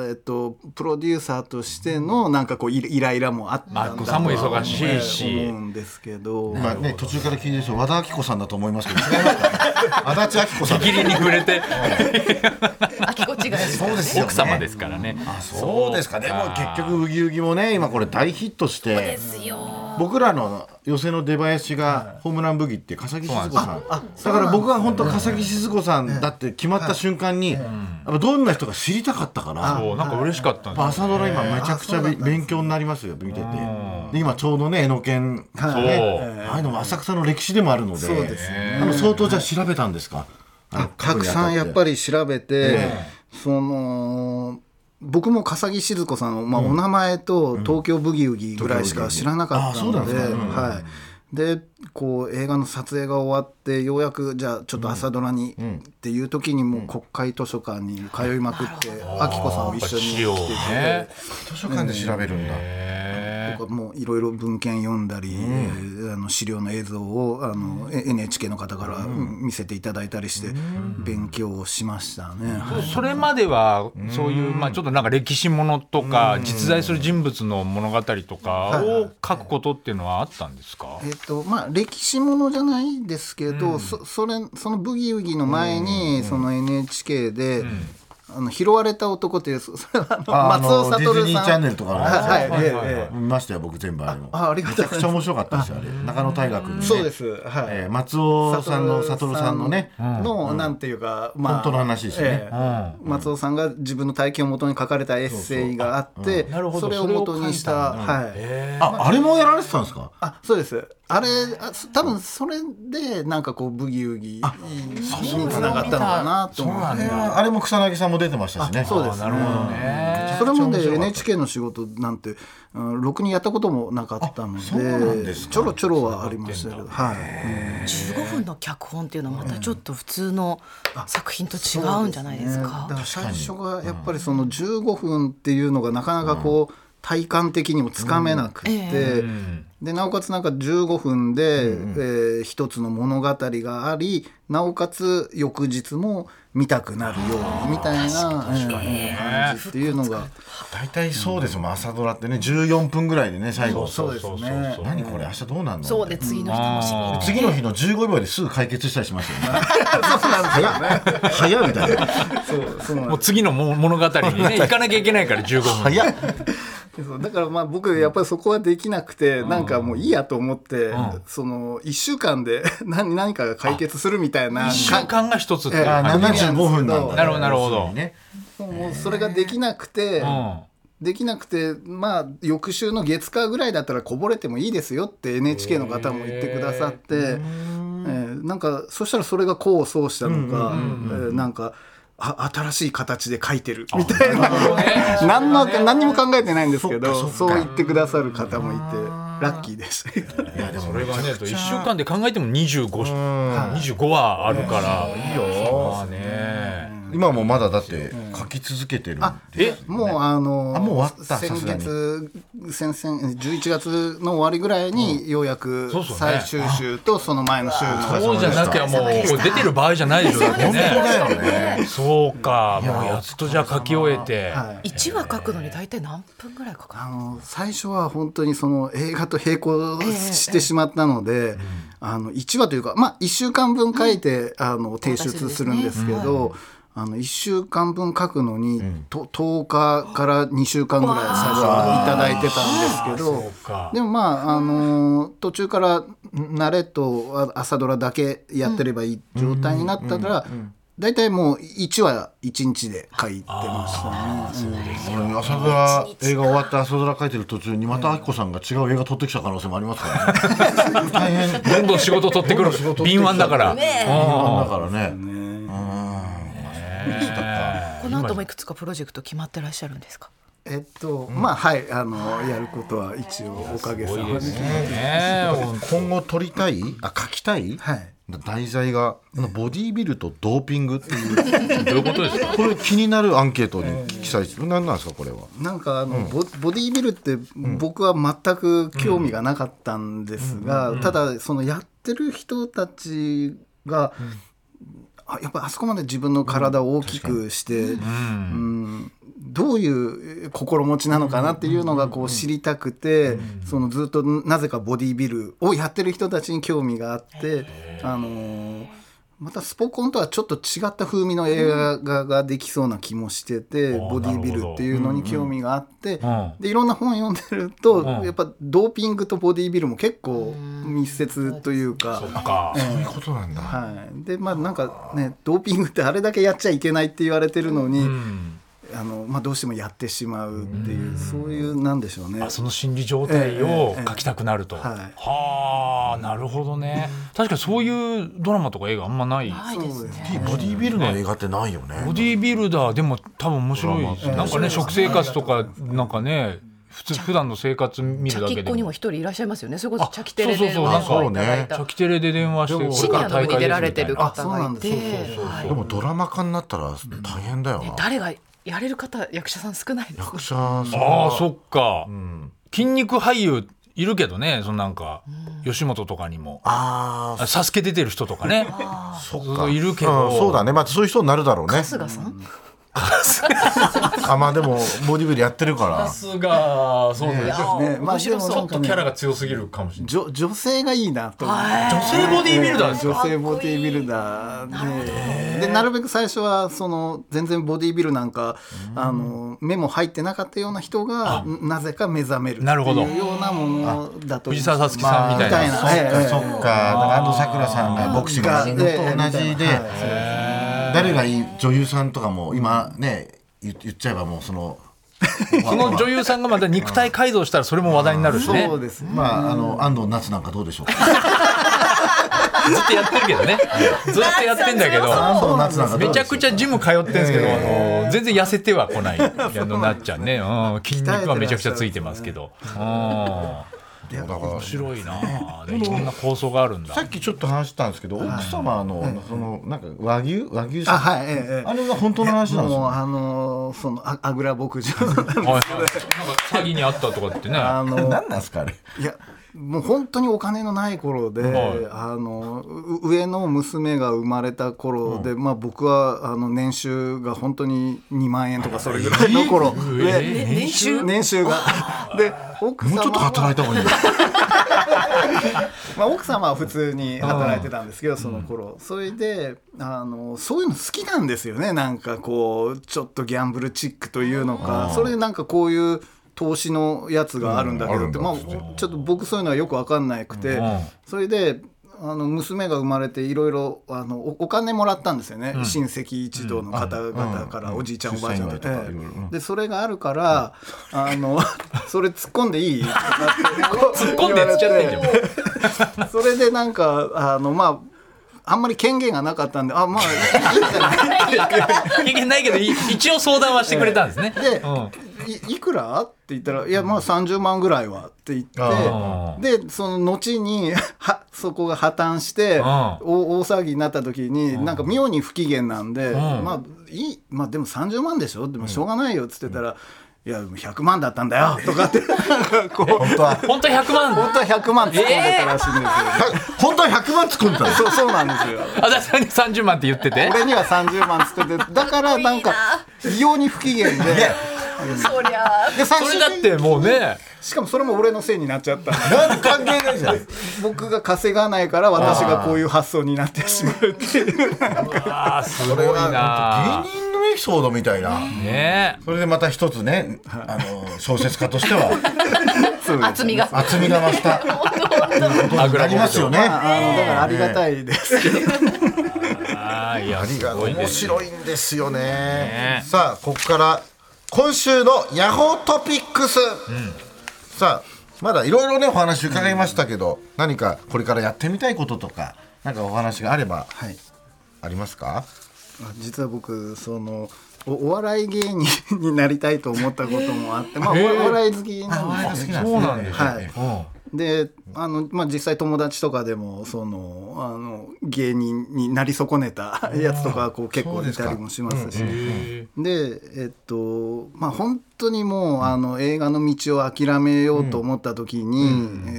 [SPEAKER 4] えっと、プロデューサーとしてのなんかこうイライライラもあったん
[SPEAKER 1] い、あ
[SPEAKER 4] だ
[SPEAKER 1] っこさんも忙
[SPEAKER 4] と
[SPEAKER 1] しいし
[SPEAKER 4] 思うんですけど。
[SPEAKER 2] まあね、途中から聞いてる人和田アキ子さんだと思いますけど違いますからね足立アキ子さん
[SPEAKER 1] ギリに触れて
[SPEAKER 3] あきこ違いです
[SPEAKER 2] そうですよね
[SPEAKER 1] 奥様ですからね
[SPEAKER 2] あそうですかでも結局ウギウギもね今これ大ヒットして僕らの寄席の出囃子がホームランブギって笠木静子さんだから僕は本当笠木静子さんだって決まった瞬間にやっぱどんな人か知りたかったから
[SPEAKER 1] そうなんか嬉しかったんですよ
[SPEAKER 2] 朝ドラ今めちゃくちゃべ勉強になりますよ見ててで今ちょうどね江ノ県ね
[SPEAKER 1] そう、
[SPEAKER 2] ああいうのも浅草の歴史でもあるので
[SPEAKER 4] そうですよね
[SPEAKER 2] あの相当じゃあ調べたんですかあの
[SPEAKER 4] たくさんやっぱり調べて、
[SPEAKER 2] え
[SPEAKER 4] その僕も笠木静子さんの、まあ、お名前と東京ブギウギぐらいしか知らなかったので、
[SPEAKER 2] 東京ブギウギあそうなんですか
[SPEAKER 4] はい、でこう映画の撮影が終わってようやくじゃあちょっと朝ドラに、っていう時にもう国会図書館に通いまくって、あきこさんを一緒に
[SPEAKER 1] 資料
[SPEAKER 4] 来
[SPEAKER 1] を
[SPEAKER 4] てて。
[SPEAKER 1] ね
[SPEAKER 2] 図書館で調べるんだ
[SPEAKER 1] へ
[SPEAKER 4] とかもういろいろ文献読んだり、あの資料の映像をあの、え NHK の方から見せていただいたりして勉強をしましたね。はい
[SPEAKER 1] ーそれまではそういう、まあ、ちょっとなんか歴史ものとか実在する人物の物語とかを書くことっていうのはあったんですか、
[SPEAKER 4] えっとまあ、歴史ものじゃないですけど、そそれその「ブギウギ」の前に、その NHK で、あの拾われた男っていうそそれは
[SPEAKER 2] あ
[SPEAKER 4] あの松尾
[SPEAKER 2] あのディズ
[SPEAKER 4] 悟
[SPEAKER 2] ニーチ
[SPEAKER 4] さ
[SPEAKER 2] ャ
[SPEAKER 4] ん
[SPEAKER 2] ンネルとかの
[SPEAKER 4] あはい
[SPEAKER 2] はい
[SPEAKER 4] ええええ
[SPEAKER 2] 見ましたよ僕全部あれも
[SPEAKER 4] あありがとう
[SPEAKER 2] めち
[SPEAKER 4] ござ
[SPEAKER 2] ゃ
[SPEAKER 4] い
[SPEAKER 2] くちゃ面白かったですよあれ中野大学のね
[SPEAKER 4] そうですはい、
[SPEAKER 2] えー松尾さんの悟さんのね
[SPEAKER 4] の、なんていうか、まあ、
[SPEAKER 2] 本当の話ですよね
[SPEAKER 4] ええ松尾さんが自分の体験をもとに書かれたエッセイがあって
[SPEAKER 1] なるほど
[SPEAKER 4] それをもとにした
[SPEAKER 1] それを書いたん
[SPEAKER 4] はい、
[SPEAKER 2] ああれもやられてたんですか
[SPEAKER 4] あそうですあれあす多分それでなんかこうブギウギにつながったのかなと思って
[SPEAKER 2] えーあれも草薙さんも出てましたしね
[SPEAKER 4] そうですねそれまで NHK の仕事なんて、うん、ろくにやったこともなかったの
[SPEAKER 2] そうなん
[SPEAKER 4] で
[SPEAKER 2] ですか
[SPEAKER 4] ちょろちょろはありましたけど、はい、
[SPEAKER 6] 15分の脚本っていうのはまたちょっと普通の作品と違うんじゃないです
[SPEAKER 4] だ
[SPEAKER 6] か
[SPEAKER 4] から最初がやっぱりその15分っていうのがなかなかこう体感的にもつかめなくて、でなおかつなんか15分で、えー一つの物語がありなおかつ翌日も見たくなるようにみたいなえー感じっていうのが
[SPEAKER 2] 大体そうですもん朝ドラってね14分ぐらいでね最後
[SPEAKER 4] そうですね。
[SPEAKER 2] 何これ明日どうなんの
[SPEAKER 6] そうで次の日楽しみに
[SPEAKER 2] 次の日の15秒ですぐ解決したりしますよね
[SPEAKER 4] そうなんですよね
[SPEAKER 2] 早いみたいな
[SPEAKER 4] *laughs* そうそうなんです
[SPEAKER 1] もう次のも物語に
[SPEAKER 2] *laughs*
[SPEAKER 1] ね行かなきゃいけないから15分
[SPEAKER 2] 早っ
[SPEAKER 4] そうだからまあ僕やっぱりそこはできなくて、なんかもういいやと思って、その1週間で *laughs* 何何かが解決するみたいな
[SPEAKER 1] 一週間が一つって
[SPEAKER 4] ええ
[SPEAKER 2] あ75分なんだ
[SPEAKER 1] なるほどなるほど
[SPEAKER 2] 要するにね
[SPEAKER 4] かもうそれができなくて、
[SPEAKER 1] うん
[SPEAKER 4] できなくてまあ翌週の月火ぐらいだったらこぼれてもいいですよって NHK の方も言ってくださって、えーなんかそしたらそれが功を奏したのか、えーなんかあ新しい形で書いてるみたい *laughs* な何の何にも考えてないんですけどそう言ってくださる方もいてラッキーでした。
[SPEAKER 2] いやで
[SPEAKER 1] そ
[SPEAKER 2] も
[SPEAKER 1] れがね1週間で考えても25 25話あるからいいよまあね
[SPEAKER 2] 今もまだだって書き続けてるんで
[SPEAKER 1] え
[SPEAKER 4] もうあの
[SPEAKER 2] あもう終わったさ
[SPEAKER 4] 先
[SPEAKER 2] すがに
[SPEAKER 4] 月先々11月の終わりぐらいにようやく
[SPEAKER 1] そうっすよね
[SPEAKER 4] 最終週とその前の週の
[SPEAKER 1] そうじゃなきゃもうこれ出てる場合じゃないでしょだって
[SPEAKER 2] 本当だ
[SPEAKER 1] ね
[SPEAKER 2] よね
[SPEAKER 1] そうかもうやっとじゃあ書き終えて
[SPEAKER 6] 1話書くのに大体何分ぐらいかか
[SPEAKER 4] あの最初は本当にその映画と並行してしまったので、あの1話というか、まあ、1週間分書いて、あの提出するんですけど。あの1週間分書くのに、と10日から2週間ぐらい最初はいただいてたんですけど
[SPEAKER 1] か
[SPEAKER 4] でもまあ、あのー途中から慣れとあ朝ドラだけやってればいい状態になったら大体もう1話1日で書いてましたね。うん
[SPEAKER 2] 俺朝ドラ映画終わって朝ドラ書いてる途中にまたあきこさんが違う映画撮ってきた可能性もありますからね大変だ
[SPEAKER 1] どんどん仕事取ってくる敏腕だから
[SPEAKER 2] からね
[SPEAKER 6] るこの後もいくつかプロジェクト決まってらっしゃるんですか
[SPEAKER 4] えっと、まあはいあのやることは一応おかげさまで
[SPEAKER 1] ね
[SPEAKER 2] 今後撮りたいあ書きたい、
[SPEAKER 4] はい
[SPEAKER 2] 題材がボディービルとドーピングっていう
[SPEAKER 1] どういうことですか
[SPEAKER 2] *laughs* これ気になるアンケートに記載する何なんですかこれは
[SPEAKER 4] なんかあの、ボボディービルって僕は全く興味がなかったんですが、ただそのやってる人たちが、あやっぱあそこまで自分の体を大きくして、うんどういうえー心持ちなのかなっていうのがこう知りたくて、そのずっとなぜかボディービルをやってる人たちに興味があって、あのーまたスポコンとはちょっと違った風味の映画がができそうな気もしてて、
[SPEAKER 1] ー
[SPEAKER 4] ボディービルっていうのに興味があって、
[SPEAKER 1] ん
[SPEAKER 4] でいろんな本読んでると、
[SPEAKER 1] ん
[SPEAKER 4] やっぱドーピングとボディービルも結構密接というか。
[SPEAKER 1] か
[SPEAKER 2] そういうことなんだ
[SPEAKER 4] はい、でまあなんかねドーピングってあれだけやっちゃいけないって言われてるのに、あのまあ、どうしてもやってしまうっていう、そういうなんでしょうね
[SPEAKER 1] あその心理状態を書きたくなると、
[SPEAKER 4] ええええ
[SPEAKER 1] はあなるほどね確かにそういうドラマとか映画あんまない、
[SPEAKER 6] ないですね
[SPEAKER 2] ボディービルの映画ってないよね
[SPEAKER 1] ボディービルダーでも多分面白いですねなんかね食生活とかなんかね普通普段の生活見
[SPEAKER 6] チ
[SPEAKER 1] る
[SPEAKER 6] ャ
[SPEAKER 1] だ
[SPEAKER 6] キ
[SPEAKER 1] け
[SPEAKER 6] っ
[SPEAKER 1] で
[SPEAKER 6] 子にも
[SPEAKER 1] も
[SPEAKER 6] 一人いらっしゃいますよねそれこそチャキテレ
[SPEAKER 1] そうそう
[SPEAKER 6] で
[SPEAKER 1] そう
[SPEAKER 6] なんか
[SPEAKER 2] そうね
[SPEAKER 6] いただい
[SPEAKER 1] チ
[SPEAKER 6] た
[SPEAKER 1] ャキテレで電話して
[SPEAKER 6] シニアの部に出られてる
[SPEAKER 1] あ
[SPEAKER 6] 方がいて
[SPEAKER 4] あそうなんです
[SPEAKER 6] はい
[SPEAKER 2] でもドラマ化になったら大変だよな
[SPEAKER 6] 誰がやれる方役者さん少ないですね
[SPEAKER 2] 役者さん
[SPEAKER 1] あー
[SPEAKER 2] が
[SPEAKER 1] そっか、筋肉俳優いるけどねそのなんか吉本とかにも
[SPEAKER 2] あ
[SPEAKER 1] あサスケ出てる人とかね
[SPEAKER 2] あそっ
[SPEAKER 1] そういるけど
[SPEAKER 2] うんそうだねまあそういう人になるだろうね
[SPEAKER 6] 春日さん
[SPEAKER 2] あまあでもボディビルやってるから
[SPEAKER 1] すがそうですねちょ
[SPEAKER 4] ねまあでも
[SPEAKER 1] ちょっとキャラが強すぎるかもしれない
[SPEAKER 4] 女女性がいいなと思って
[SPEAKER 1] 女性ボディービルダーです
[SPEAKER 4] 女
[SPEAKER 1] か
[SPEAKER 4] 性ボディービルダーででなるべく最初はその全然ボディービルなんかあの目も入ってなかったような人がなぜか目覚めるって
[SPEAKER 1] なるほど
[SPEAKER 4] いうようなものだと
[SPEAKER 1] 藤沢さつきさんみたいな、
[SPEAKER 4] ま
[SPEAKER 2] そ
[SPEAKER 4] あみた
[SPEAKER 2] っ
[SPEAKER 4] い
[SPEAKER 2] か
[SPEAKER 4] なええ
[SPEAKER 2] そっかだから安藤サクラさんがボクシング
[SPEAKER 4] が
[SPEAKER 2] のと同
[SPEAKER 4] え
[SPEAKER 2] じ
[SPEAKER 4] え
[SPEAKER 2] で
[SPEAKER 4] はい
[SPEAKER 2] 誰がいい女優さんとかも今ね言言っちゃえばもうその
[SPEAKER 1] その女優さんがまた肉体改造したらそれも話題になるしね
[SPEAKER 4] そうですね
[SPEAKER 2] まああの安藤夏なんかどうでしょうか
[SPEAKER 1] ずっとやってるけどねずっとやってんだけど
[SPEAKER 2] 安藤夏なんかど
[SPEAKER 1] め
[SPEAKER 2] う
[SPEAKER 1] ち
[SPEAKER 2] で
[SPEAKER 1] ゃ
[SPEAKER 2] しょ
[SPEAKER 1] く
[SPEAKER 2] う
[SPEAKER 1] ちゃジム通ってんですけど、あの全然痩せてはこないあのなっちゃんね、うん、筋肉はめちゃくちゃついてますけど、うん、面
[SPEAKER 2] だから
[SPEAKER 1] 白いなあでいろんな構想があるんだ
[SPEAKER 2] さっきちょっと話したんですけど奥様のそのなんか和牛和牛
[SPEAKER 4] あ
[SPEAKER 2] さん
[SPEAKER 4] はいええええ
[SPEAKER 2] あれが本当の話なんです
[SPEAKER 4] も
[SPEAKER 2] よ
[SPEAKER 4] うあのそのああぐら牧場の
[SPEAKER 1] はいはい、なんか詐欺にあったとかってね
[SPEAKER 4] あの
[SPEAKER 2] *laughs* 何なんですかあれ
[SPEAKER 4] *laughs* いやもう本当にお金のない頃で、
[SPEAKER 1] はい
[SPEAKER 4] あのう上の娘が生まれた頃で、まあ、僕はあの年収が本当に2万円とかそれぐらいの頃、
[SPEAKER 1] えー
[SPEAKER 4] で
[SPEAKER 6] 年収
[SPEAKER 4] 年収がで奥
[SPEAKER 2] もう
[SPEAKER 4] 様
[SPEAKER 2] ちょっと働い
[SPEAKER 4] は、
[SPEAKER 2] た方がいいよ
[SPEAKER 4] まあ、奥様は普通に働いてたんですけどその頃それであのそういうの好きなんですよねなんかこうちょっとギャンブルチックというのかそれでなんかこういう投資のやつがあるんだけどって、
[SPEAKER 2] うん
[SPEAKER 4] ま
[SPEAKER 2] あ
[SPEAKER 4] あ
[SPEAKER 2] るんだ
[SPEAKER 4] ちょっと僕そういうのはよく分かんなくて、
[SPEAKER 1] うん
[SPEAKER 4] それであの娘が生まれていろいろあのおお金もらったんですよね、親戚一同の方々から、
[SPEAKER 2] うん
[SPEAKER 4] おじいちゃんおばあちゃんと
[SPEAKER 2] 出
[SPEAKER 4] か、
[SPEAKER 2] 産祝いとかい
[SPEAKER 4] ええ
[SPEAKER 2] ろいろうん
[SPEAKER 4] でそれがあるから、あのそれ突っ込んでいいってなって
[SPEAKER 1] 突
[SPEAKER 4] 突
[SPEAKER 1] っ込んでやっちゃってんじゃん
[SPEAKER 4] それでなんかあのまああんまり権限がなかったんであまあいいんじゃない
[SPEAKER 1] 経験ないけどい一応相談はしてくれたんですね。
[SPEAKER 4] *laughs* で
[SPEAKER 1] うん
[SPEAKER 4] いいくらって言ったら「いやまあ30万ぐらいは」って言
[SPEAKER 1] あ
[SPEAKER 4] ってでその後に *laughs* はそこが破綻して
[SPEAKER 1] あ
[SPEAKER 4] 大大騒ぎになった時になんか妙に不機嫌なんで「まあいいまあでも30万でしょでもしょうがないよ」っつってたら「いやでも100万だったんだよ」とかってなんかこう
[SPEAKER 2] 本当は
[SPEAKER 1] 本当100万
[SPEAKER 4] 本当は100万突っ込んでたらしいんですよ、
[SPEAKER 2] 本当は100万作ったの
[SPEAKER 4] そうそうなんですよ
[SPEAKER 1] あださんに30万って言ってて
[SPEAKER 4] 俺には30万つっててだからなんか異様に不機嫌で
[SPEAKER 3] そりゃあ
[SPEAKER 4] で最
[SPEAKER 1] それ
[SPEAKER 4] 終
[SPEAKER 1] だ
[SPEAKER 4] 的
[SPEAKER 1] っ
[SPEAKER 4] に
[SPEAKER 1] てもうね
[SPEAKER 4] しかもそれも俺のせい *laughs* になっちゃった
[SPEAKER 2] なん関係ないじ *laughs* ゃん
[SPEAKER 4] 僕が稼がないから私がこういう発想になってしまうっていう
[SPEAKER 1] あーすごい
[SPEAKER 2] これは
[SPEAKER 1] な
[SPEAKER 2] 本当芸人のエピソードみたいな
[SPEAKER 1] ね
[SPEAKER 2] それでまた一つねあの小説家としては
[SPEAKER 6] 厚みが
[SPEAKER 2] 厚みが増したことになりますよね
[SPEAKER 4] あのだからありがたいですけど
[SPEAKER 1] えあーいやすごいで
[SPEAKER 2] 面
[SPEAKER 1] す
[SPEAKER 2] 白いんですよね
[SPEAKER 1] ね
[SPEAKER 2] さあここから今週のヤホートピックス、さあまだいろいろねお話伺いましたけど、何かこれからやってみたいこととか何かお話があれば
[SPEAKER 4] はい
[SPEAKER 2] ありますか
[SPEAKER 4] 実は僕そのおお笑い芸人になりたいと思ったこともあってまあお
[SPEAKER 1] へー
[SPEAKER 4] お笑い好きなんです
[SPEAKER 2] き
[SPEAKER 1] そうなんです
[SPEAKER 4] はい
[SPEAKER 1] ねうん
[SPEAKER 4] であの、まあ、実際友達とかでもそのあの芸人になり損ねたやつとかこう結構いたりもしますしでえっとまあ本当にもうあの映画の道を諦めようと思った時に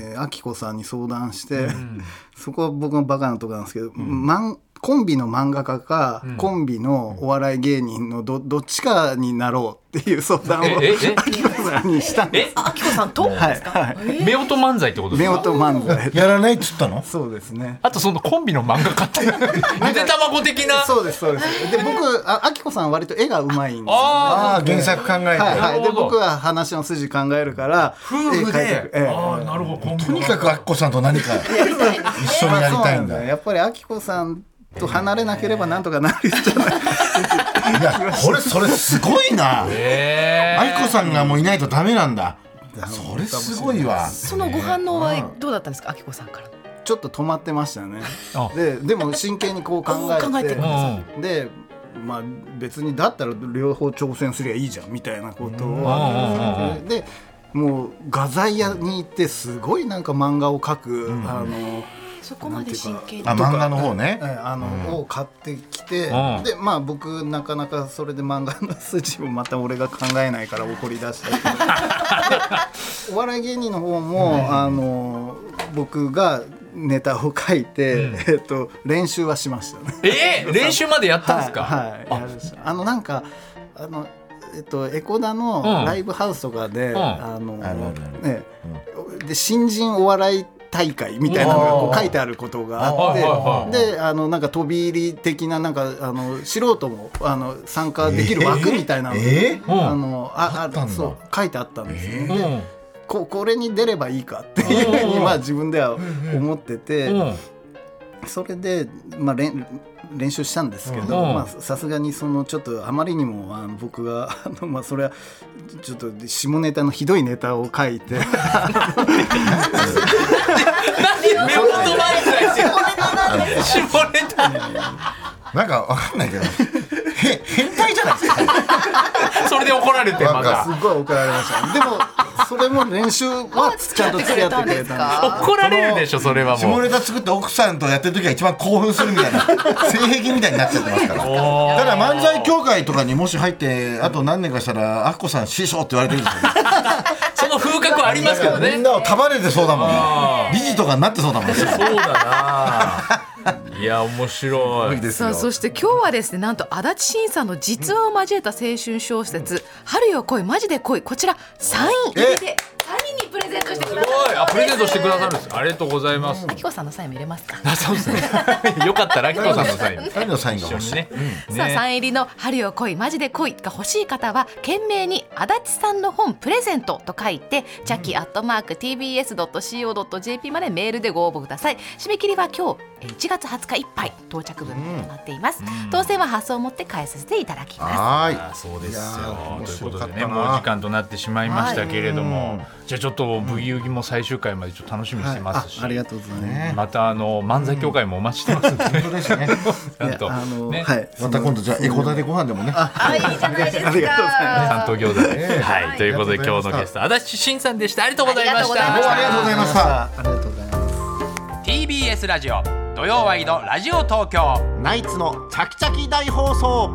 [SPEAKER 4] えーきこさんに相談して、 *laughs* そこは僕のバカなとこなんですけど、マンコンビの漫画家か、コンビのお笑い芸人のどどっちかになろうっていう相談を
[SPEAKER 1] えええ
[SPEAKER 4] きこさんにしたんです。
[SPEAKER 1] え
[SPEAKER 6] あきこさんと
[SPEAKER 4] はいはい
[SPEAKER 1] 夫婦漫才ってことですか
[SPEAKER 4] 夫婦漫才
[SPEAKER 2] やらないっつったの
[SPEAKER 4] そうですね
[SPEAKER 1] あとそのコンビの漫画家ってゆで卵的な
[SPEAKER 4] そうですそうですで僕ああきこさんは割と絵がうまいんですよ
[SPEAKER 1] ああ
[SPEAKER 2] ああ原作考えて、
[SPEAKER 4] はい
[SPEAKER 1] なる
[SPEAKER 4] は
[SPEAKER 1] ほ
[SPEAKER 4] い、
[SPEAKER 1] ど
[SPEAKER 4] で僕は話の筋考えるから
[SPEAKER 1] 夫婦
[SPEAKER 4] 絵描い
[SPEAKER 1] で
[SPEAKER 4] てええ
[SPEAKER 1] ああなるほどコンビ
[SPEAKER 2] とにかくアッコさんと何か一緒にやりたいん
[SPEAKER 4] まあそうなんだ
[SPEAKER 2] だ
[SPEAKER 4] よ
[SPEAKER 2] い
[SPEAKER 4] やっぱりあきこさんと離れなければなんとかなるんじゃない
[SPEAKER 2] やこれそれすごいな
[SPEAKER 1] え
[SPEAKER 2] アイコさんがもういないとダメなんだそれすごいわ
[SPEAKER 6] そのご反応はどうだったんですかあきこさんから
[SPEAKER 4] ちょっと止まってましたね
[SPEAKER 1] あ
[SPEAKER 4] ででも真剣にこう考えて
[SPEAKER 6] 考えてくだ
[SPEAKER 1] さ
[SPEAKER 4] でまあ別にだったら両方挑戦すりゃいいじゃんみたいなことを
[SPEAKER 1] う
[SPEAKER 4] でもう画材屋に行ってすごいなんか漫画を描く、あの。
[SPEAKER 6] そこまで真剣に
[SPEAKER 2] あ漫画の方ね
[SPEAKER 4] ええあの、を買ってきて、
[SPEAKER 1] うん
[SPEAKER 4] でまあ僕なかなかそれで漫画の筋をまた俺が考えないから怒り出したり
[SPEAKER 1] *laughs*
[SPEAKER 4] でお笑い芸人の方も、あの僕がネタを書いて、えっと練習はしましたね。
[SPEAKER 1] えー練習までやったんですか
[SPEAKER 4] はい、はいやるしあのなんかあのえっと、エコダのライブハウスとかで、
[SPEAKER 1] ん
[SPEAKER 4] あの
[SPEAKER 2] あるあるある
[SPEAKER 4] ねで新人お笑い大会みたいなのがこ
[SPEAKER 2] お
[SPEAKER 4] う
[SPEAKER 2] ー
[SPEAKER 4] 書いてあることが
[SPEAKER 1] はいはい
[SPEAKER 4] あ
[SPEAKER 1] は
[SPEAKER 4] っ
[SPEAKER 1] い
[SPEAKER 4] てであのなんか飛び入り的ななんかあの素人もあの参加できる枠みたいなのが、
[SPEAKER 2] え
[SPEAKER 1] う
[SPEAKER 2] ー
[SPEAKER 1] ん
[SPEAKER 4] あのあ
[SPEAKER 2] あったんだ
[SPEAKER 4] そう書いてあったんですよね、
[SPEAKER 1] うんうん
[SPEAKER 4] ここれに出ればいいかっていうふうにまあ自分では思ってて。それで、まあ、練練習したんですけど、
[SPEAKER 1] うん
[SPEAKER 4] まあ、さすがにそのちょっとあまりにもあの僕が *laughs* あの、まあ、それはちょっと下ネタのひどいネタを書
[SPEAKER 2] *laughs*
[SPEAKER 4] いて
[SPEAKER 1] 目元漫才絞れた
[SPEAKER 2] なんかわかんないけどへ変態じゃないです
[SPEAKER 4] *laughs*
[SPEAKER 2] か
[SPEAKER 1] それで怒られて
[SPEAKER 2] な
[SPEAKER 1] ま
[SPEAKER 2] んか
[SPEAKER 4] す
[SPEAKER 1] た
[SPEAKER 4] っごい怒られましたでもそれも練習はちゃんと付き合ってくれたんで
[SPEAKER 1] 怒られるでしょそれはも
[SPEAKER 2] 下
[SPEAKER 1] う
[SPEAKER 2] ネタ作って奥さんとやってる時が一番興奮するみたい
[SPEAKER 1] *laughs*
[SPEAKER 2] な性癖みたいになっちゃってますから
[SPEAKER 1] おー
[SPEAKER 2] ただ漫才協会とかにもし入ってあと何年かしたらアッコさん師匠って言われてるんですよね
[SPEAKER 1] その風格は *laughs* ありますけど
[SPEAKER 2] みん
[SPEAKER 1] ね
[SPEAKER 2] なを束ねてそうだもん
[SPEAKER 1] あ
[SPEAKER 2] ね理事とかになってそうだもんね
[SPEAKER 1] そうだないや面白い
[SPEAKER 6] さあそして今日はですねなんと足立真さんの実話を交えた青春小説「春よ来いマジで来い」こちらサイン入りで3人にプレゼントしてくださ
[SPEAKER 1] すごいあプレゼントしてくださ
[SPEAKER 6] い
[SPEAKER 1] るんですありがとうございます
[SPEAKER 6] あきこさんのサインも入れますか、
[SPEAKER 1] あそうですねよかったらアキコさんのサイン
[SPEAKER 2] 何のサインが
[SPEAKER 1] 一緒
[SPEAKER 2] 欲し
[SPEAKER 1] に
[SPEAKER 2] い
[SPEAKER 1] ね
[SPEAKER 6] さあサ
[SPEAKER 1] ね
[SPEAKER 6] イン入りの「春よ来いマジで来い」が欲しい方は懸命に「足立さんの本プレゼント」と書いて「チャキアットマーク TBS.CO.JP」までメールでご応募ください締め切りは今日えー1月20日いっぱい到着分となっています、当選は発送をもって返させていただきます
[SPEAKER 2] は
[SPEAKER 1] あそうですよ
[SPEAKER 2] やー
[SPEAKER 1] ということで
[SPEAKER 2] 面白かった
[SPEAKER 1] ね
[SPEAKER 2] な
[SPEAKER 1] もう時間となってしまいましたけれども、じゃあちょっと「ブギウギ」も最終回までちょっと楽しみにしてますし、
[SPEAKER 4] あありがとうございま
[SPEAKER 1] *laughs*
[SPEAKER 4] す。
[SPEAKER 1] またあの漫才協会もお待ちしてますんで、
[SPEAKER 2] い本当です
[SPEAKER 1] *laughs*
[SPEAKER 2] ね
[SPEAKER 1] ちゃんと
[SPEAKER 4] いやあの
[SPEAKER 1] ね
[SPEAKER 4] はい、
[SPEAKER 2] また今度じゃあエコダでご飯でもね
[SPEAKER 6] あいいじゃないですかありがとうございます
[SPEAKER 1] 担当餃子で、はい、ということで
[SPEAKER 2] ありがと
[SPEAKER 1] 今
[SPEAKER 2] うご
[SPEAKER 1] 日
[SPEAKER 2] ざいました
[SPEAKER 1] のゲスト足立慎さんでしたありがとうございまし
[SPEAKER 6] ありがとうございましたた
[SPEAKER 2] ありがとうございました
[SPEAKER 4] ありがとうございます
[SPEAKER 1] TBS ラジオ土曜ワイドラジオ東京
[SPEAKER 7] ナイツのチャキチャキ大放送